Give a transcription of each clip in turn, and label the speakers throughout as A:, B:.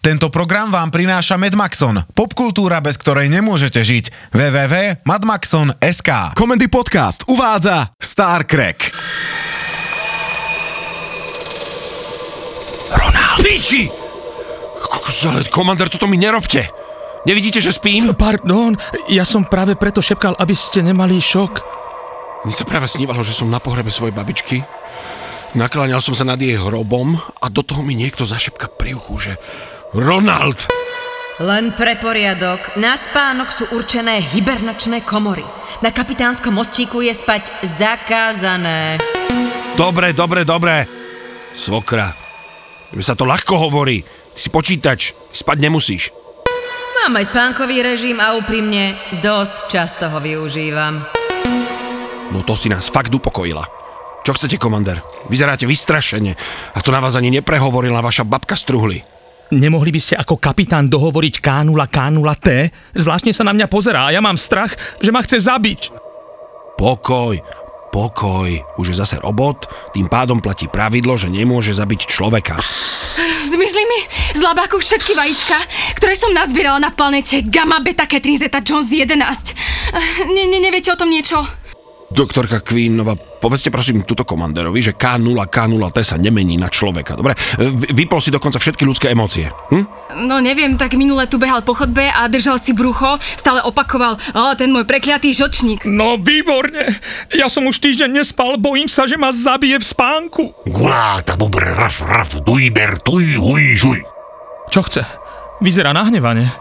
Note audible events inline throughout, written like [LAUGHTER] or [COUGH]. A: Tento program vám prináša Medmaxon, popkultúra, bez ktorej nemôžete žiť. www.madmaxon.sk
B: Komendy podcast uvádza Star Crack.
C: Ronald! Piči! Kokos, ale komandér, toto mi nerobte. Nevidíte, že spím?
D: Pardon, no, ja som práve preto šepkal, aby ste nemali šok.
C: Mne sa práve snívalo, že som na pohrebe svojej babičky. Nakláňal som sa nad jej hrobom a do toho mi niekto zašepka pri uchu, že Ronald!
E: Len pre poriadok, na spánok sú určené hibernačné komory. Na kapitánskom mostíku je spať zakázané.
C: Dobre, dobre, dobre. Svokra. Mne sa to ľahko hovorí. Ty si počítač, spať nemusíš.
E: Mám aj spánkový režim a úprimne dosť často ho využívam.
C: No to si nás fakt upokojila. Čo chcete, komandér? Vyzeráte vystrašene a to na vás ani neprehovorila vaša babka z truhly.
D: Nemohli by ste ako kapitán dohovoriť kánula, kánula, T? Zvláštne sa na mňa pozerá a ja mám strach, že ma chce zabiť.
C: Pokoj, pokoj. Už je zase robot, tým pádom platí pravidlo, že nemôže zabiť človeka.
F: Zmizli mi z labáku všetky vajíčka, ktoré som nazbierala na planete Gamma Beta Catherine Zeta Jones 11. Ne, ne, neviete o tom niečo?
C: Doktorka Queenova, povedzte prosím tuto komanderovi, že K0, K0, T sa nemení na človeka, dobre? Vy- Vypol si dokonca všetky ľudské emócie. Hm?
F: No neviem, tak minule tu behal po chodbe a držal si brucho, stále opakoval, o, ten môj prekliatý žočník.
D: No výborne, ja som už týždeň nespal, bojím sa, že ma zabije v spánku.
G: Guláta, bubr, raf, raf, dujber, tuj, huj, žuj.
D: Čo chce? Vyzerá nahnevane.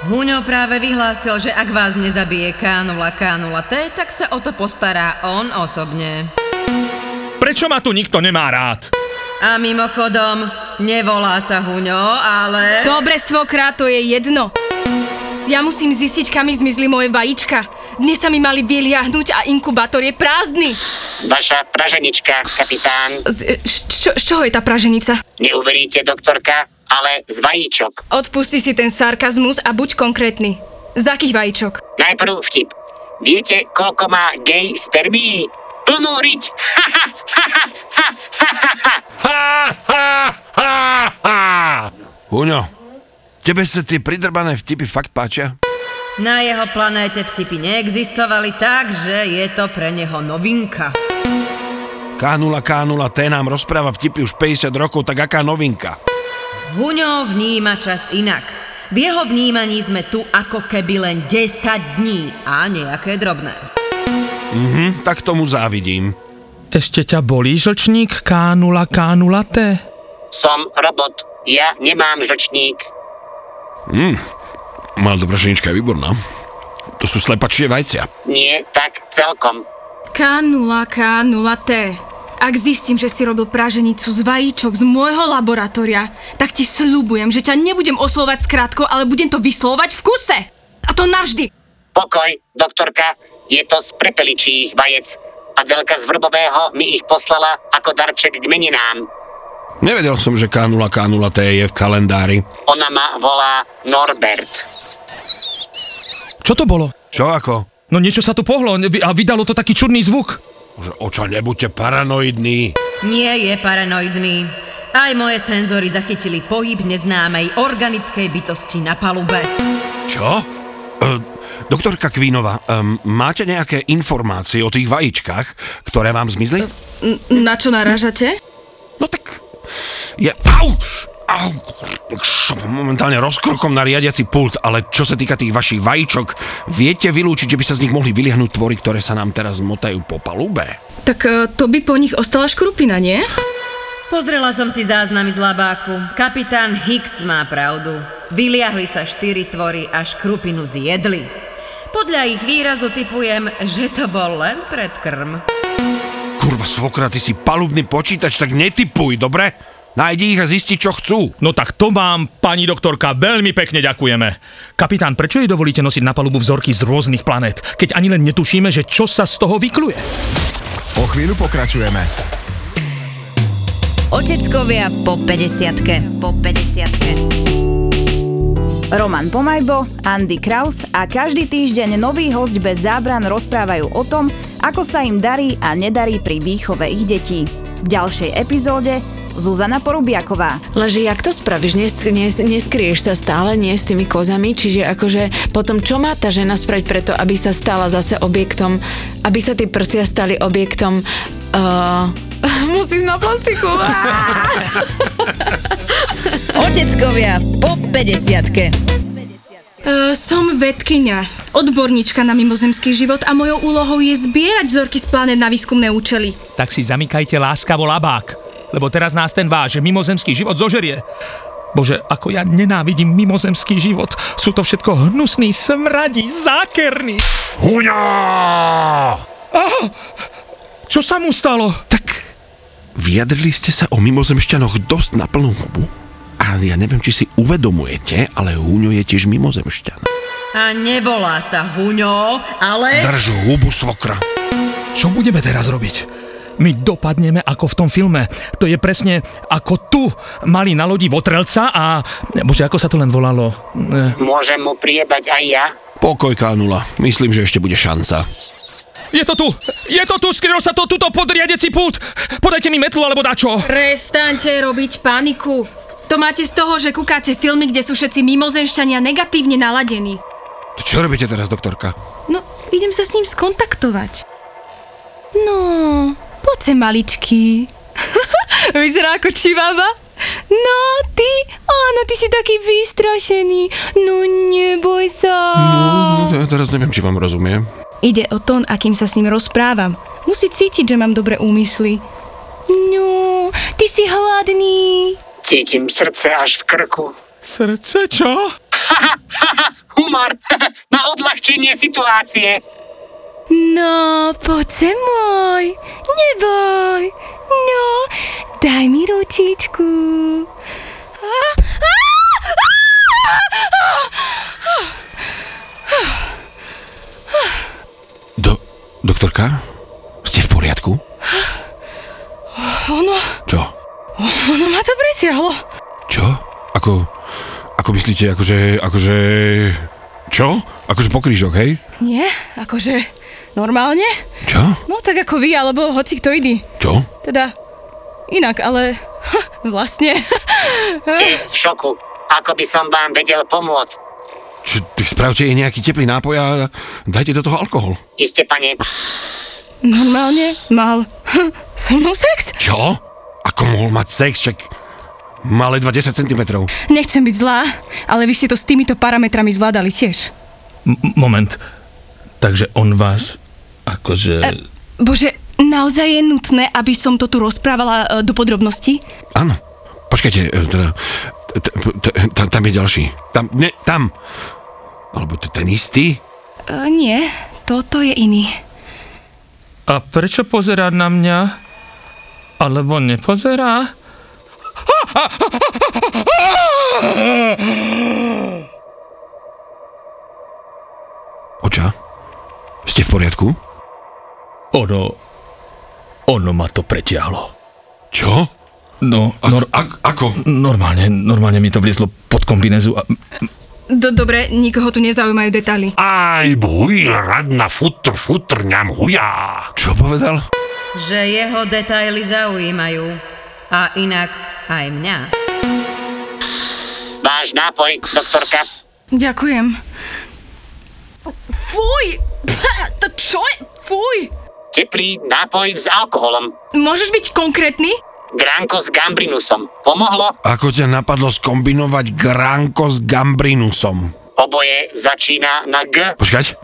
E: Huňo práve vyhlásil, že ak vás nezabije kánula, kánula T, tak sa o to postará on osobne.
D: Prečo ma tu nikto nemá rád?
E: A mimochodom, nevolá sa Huňo, ale...
F: Dobre, svokra, to je jedno. Ja musím zistiť, kam mi zmizli moje vajíčka. Dnes sa mi mali vyliahnuť a inkubátor je prázdny.
H: Vaša praženička, kapitán.
F: Z, š- čo, z čoho je tá praženica?
H: Neuveríte, doktorka, ale z vajíčok.
F: Odpusti si ten sarkazmus a buď konkrétny. Z akých vajíčok?
H: Najprv vtip. Viete, koľko má gej spermií? Plnú riť. Ha, ha, ha, ha, ha, ha, ha, ha.
C: Ha, ha, ha, ha. Huňo, tebe sa tie pridrbané vtipy fakt páčia?
E: Na jeho planéte vtipy neexistovali, takže je to pre neho novinka.
C: K0, K0, T nám rozpráva vtipy už 50 rokov, tak aká novinka?
E: Huňo vníma čas inak. V jeho vnímaní sme tu ako keby len 10 dní a nejaké drobné.
C: Hm, tak tomu závidím.
D: Ešte ťa bolí žlčník kánula, kánula, T?
H: Som robot. Ja nemám žlčník.
C: Mal dobrženička je výborná. To sú slepačie vajcia.
H: Nie tak celkom.
F: K0K0T. Ak zistím, že si robil praženicu z vajíčok z môjho laboratória, tak ti sľubujem, že ťa nebudem oslovať skrátko, ale budem to vyslovať v kuse. A to navždy.
H: Pokoj, doktorka. Je to z prepeličích vajec. Adelka z Vrbového mi ich poslala ako darček k meninám.
C: Nevedel som, že K0, K0, T je v kalendári.
H: Ona ma volá Norbert.
D: Čo to bolo?
C: Čo ako?
D: No niečo sa tu pohlo ne- a vydalo to taký čudný zvuk.
C: Že oča, nebuďte paranoidní.
E: Nie je paranoidný. Aj moje senzory zachytili pohyb neznámej organickej bytosti na palube.
C: Čo? E, doktorka Kvínova, um, máte nejaké informácie o tých vajíčkach, ktoré vám zmizli?
F: Na čo narážate?
C: No tak... Je... Au! Au! Šup, Momentálne rozkrokom na riadiaci pult, ale čo sa týka tých vašich vajíčok, viete vylúčiť, že by sa z nich mohli vyliahnuť tvory, ktoré sa nám teraz motajú po palube?
F: Tak e, to by po nich ostala škrupina, nie?
E: Pozrela som si záznamy z labáku. Kapitán Hicks má pravdu. Vyliahli sa štyri tvory a škrupinu zjedli. Podľa ich výrazu typujem, že to bol len predkrm.
C: Kurva svokra, ty si palubný počítač, tak netipuj, dobre? Nájdi ich a zisti, čo chcú.
D: No tak to vám, pani doktorka, veľmi pekne ďakujeme. Kapitán, prečo jej dovolíte nosiť na palubu vzorky z rôznych planét, keď ani len netušíme, že čo sa z toho vykluje?
B: O chvíľu pokračujeme.
I: Oteckovia po 50 po 50 Roman Pomajbo, Andy Kraus a každý týždeň nový host bez zábran rozprávajú o tom, ako sa im darí a nedarí pri výchove ich detí. V ďalšej epizóde Zuzana Porubiaková,
J: Lenže jak to spravíš? Nes, nes, neskrieš sa stále, nie s tými kozami, čiže akože potom čo má tá žena spraviť preto, aby sa stala zase objektom, aby sa tie prsia stali objektom [LAUGHS] uh, musíš na plastiku. Á!
I: Oteckovia po 50
F: E, som vedkyňa, odborníčka na mimozemský život a mojou úlohou je zbierať vzorky z planet na výskumné účely.
D: Tak si zamykajte láskavo labák, lebo teraz nás ten váš mimozemský život zožerie. Bože, ako ja nenávidím mimozemský život. Sú to všetko hnusní, smradí, zákerní.
G: Huňa!
D: Čo sa mu stalo?
C: Tak vyjadrili ste sa o mimozemšťanoch dosť na plnú hubu. A ja neviem, či si uvedomujete, ale Huňo je tiež mimozemšťan.
E: A nevolá sa Huňo, ale...
G: Drž hubu, svokra.
D: Čo budeme teraz robiť? My dopadneme ako v tom filme. To je presne ako tu mali na lodi votrelca a... Bože, ako sa to len volalo? E,
H: Môžem mu priebať aj ja?
C: Pokoj, Kanula. Myslím, že ešte bude šanca.
D: Je to tu! Je to tu! Skrylo sa to tuto pod riadeci pút! Podajte mi metlu alebo dačo!
F: Prestaňte robiť paniku. To máte z toho, že kúkáte filmy, kde sú všetci mimozenšťania negatívne naladení.
C: To čo robíte teraz, doktorka?
F: No, idem sa s ním skontaktovať. No, poď sem maličký. [LAUGHS] Vyzerá ako čivava. No, ty, áno, ty si taký vystrašený. No, neboj sa.
C: No, Ja teraz neviem, či vám rozumiem.
F: Ide o tón, akým sa s ním rozprávam. Musí cítiť, že mám dobré úmysly. No, ty si hladný.
H: Cítim srdce až v krku.
D: Srdce, čo?
H: [LAUGHS] Humor na odľahčenie situácie.
F: No, poď sem môj. Neboj. No, daj mi ručičku.
C: Do, doktorka? Ste v poriadku?
F: Ono,
C: Čo?
F: ono No ma to pretiahlo.
C: Čo? Ako, ako myslíte, akože, akože... Čo? Akože pokrížok, hej?
F: Nie, akože normálne?
C: Čo?
F: No tak ako vy, alebo hoci kto iný.
C: Čo?
F: Teda inak, ale vlastne. [LAUGHS]
H: Ste v šoku. Ako by som vám vedel pomôcť.
C: Čo, tak spravte jej nejaký teplý nápoj a dajte do toho alkohol.
H: Iste, pane.
F: normálne mal hm, so mnou sex.
C: Čo? Ako mohol mať sex, však má ledva 10 cm.
F: Nechcem byť zlá, ale vy ste to s týmito parametrami zvládali tiež.
D: M- moment. Takže on vás akože... E-
F: Bože, naozaj je nutné, aby som to tu rozprávala e, do podrobností?
C: Áno. Počkajte, e, teda, t- t- t- tam je ďalší. Tam, ne, tam. Alebo t- ten istý?
F: E, nie, toto je iný.
D: A prečo pozerá na mňa? Alebo nepozerá?
C: Oča? Ste v poriadku?
D: Ono... Ono ma to pretiahlo.
C: Čo?
D: No,
C: Ak,
D: nor-
C: ak, ako?
D: normálne, normálne mi to vliezlo pod kombinézu a...
F: Do, dobre, nikoho tu nezaujímajú detaily.
G: Aj bhuil radna futr futr ňam huja.
C: Čo povedal?
E: Že jeho detaily zaujímajú. A inak aj mňa.
H: Váš nápoj, doktorka.
F: Ďakujem. Fuj! Pá, [LAUGHS] to čo je? Fuj!
H: Teplý nápoj s alkoholom.
F: Môžeš byť konkrétny?
H: Granko s gambrinusom. Pomohlo?
C: Ako ťa napadlo skombinovať gránko s gambrinusom?
H: Oboje začína na G.
C: Počkať.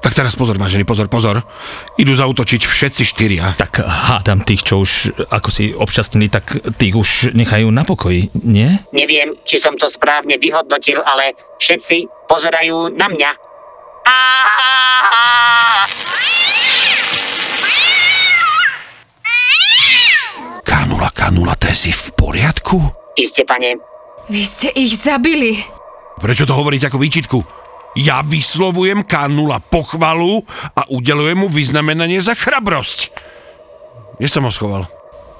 C: Tak teraz pozor, vážený, pozor, pozor. Idú zautočiť všetci štyria.
D: Tak hádam tých, čo už ako si občasnili, tak tých už nechajú na pokoji, nie?
H: Neviem, či som to správne vyhodnotil, ale všetci pozerajú na mňa. Á!
C: Kanula, kanula, to je si v poriadku?
H: Iste, pane.
F: Vy ste ich zabili.
C: Prečo to hovoríte ako výčitku? Ja vyslovujem kanula pochvalu a udelujem mu vyznamenanie za chrabrosť. Kde som ho schoval?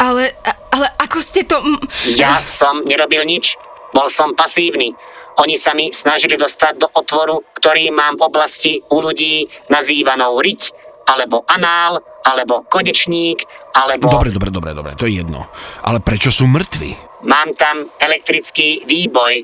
F: Ale, a- ale ako ste to... m-
H: Ja som nerobil nič. Bol som pasívny. Oni sa mi snažili dostať do otvoru, ktorý mám v oblasti u ľudí nazývanou riť a alebo anál, alebo konečník, alebo...
C: No, Dobre, dobre, dobre, dobre, to je jedno. Ale prečo sú mŕtvi?
H: Mám tam elektrický výboj.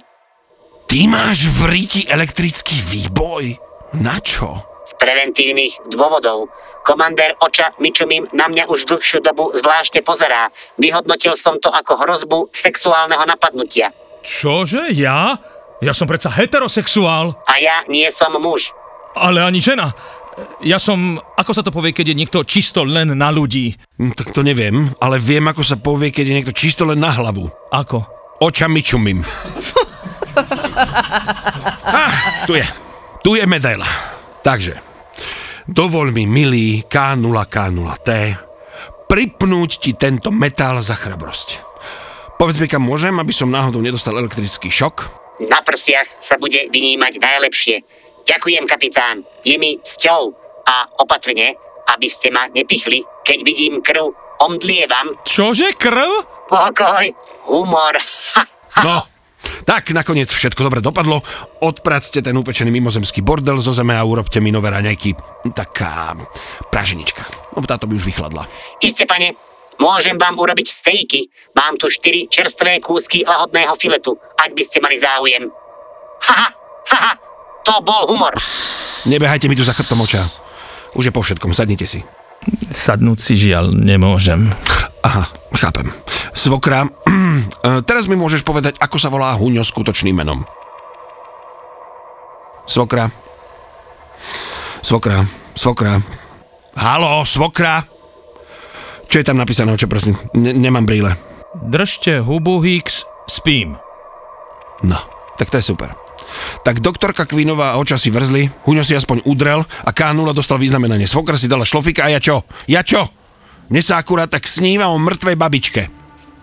C: Ty máš v riti elektrický výboj? Na čo?
H: Z preventívnych dôvodov. Komandér oča Mičumim na mňa už dlhšiu dobu zvláštne pozerá. Vyhodnotil som to ako hrozbu sexuálneho napadnutia.
D: Čože? Ja? Ja som predsa heterosexuál,
H: A ja nie som muž.
D: ale ani žena. Ja som, ako sa to povie, keď je niekto čisto len na ľudí.
C: Hm, Tak to neviem, ale viem, ako sa povie, keď je niekto čisto len na hlavu.
D: Ako?
C: Očami čumím. [LAUGHS] ah, tu je. Tu je medaila. Takže, dovol mi, milý K0K0T, pripnúť ti tento metál za chrabrosť. Povedz mi, kam môžem, aby som náhodou nedostal elektrický šok.
H: Na prsiach sa bude vynímať najlepšie. Ďakujem, kapitán. Je mi cťou a opatrne, aby ste ma nepichli, keď vidím krv, omdlievam.
D: Čože? Krv?
H: Pokoj, humor. Ha, ha.
C: No, tak nakoniec všetko dobre dopadlo. Odpracte ten upečený mimozemský bordel zo zeme a urobte mi nové raňajky. Taká praženička. No, táto by už vychladla.
H: Iste, pane, môžem vám urobiť stejky. Mám tu 4 čerstvé kúsky lahodného filetu, ak by ste mali záujem. Haha, haha, to bol humor.
C: Nebehajte mi tu za chrbtom oča. Už je po všetkom, sadnite si.
D: Sadnúť si žiaľ nemôžem.
C: Aha, chápem. Svokra, [CLEARS THROAT] eh, teraz mi môžeš povedať, ako sa volá Huňo skutočným menom. Svokra. Svokra. Svokra. Halo, svokra. Čo je tam napísané, oče, prosím? Ne- nemám brýle.
D: Držte hubu, Hicks, spím.
C: No, tak to je super. Tak doktorka Kvinová a oča si vrzli, Huňo si aspoň udrel a K0 dostal významenanie. Svokra si dala šlofika a ja čo? Ja čo? Mne sa akurát tak sníva o mŕtvej babičke.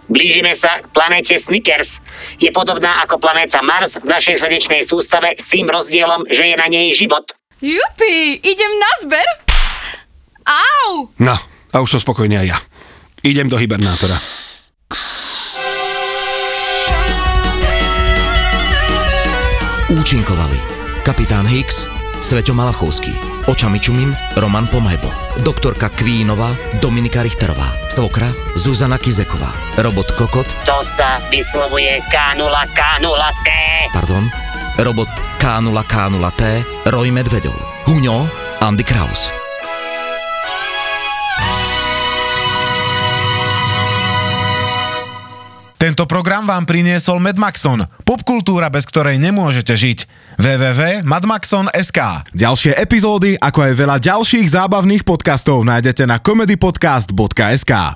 H: Blížime sa k planéte Snickers. Je podobná ako planéta Mars v našej slnečnej sústave s tým rozdielom, že je na nej život.
F: Jupi, idem na zber. Au!
C: No, a už som spokojný aj ja. Idem do hibernátora.
K: Účinkovali kapitán Hicks, Sveto Malachovský, očami čumím Roman Pomajbo, doktorka Kvínová Dominika Richterová, svokra Zuzana Kizeková, robot Kokot,
H: To sa vyslovuje K0K0T.
K: pardon, robot K0K0T, Roy Medvedov, Huňo, Andy Kraus.
A: Tento program vám priniesol Medmaxon, popkultúra, bez ktorej nemôžete žiť. www.madmaxon.sk
B: Ďalšie epizódy, ako aj veľa ďalších zábavných podcastov nájdete na comedypodcast.sk.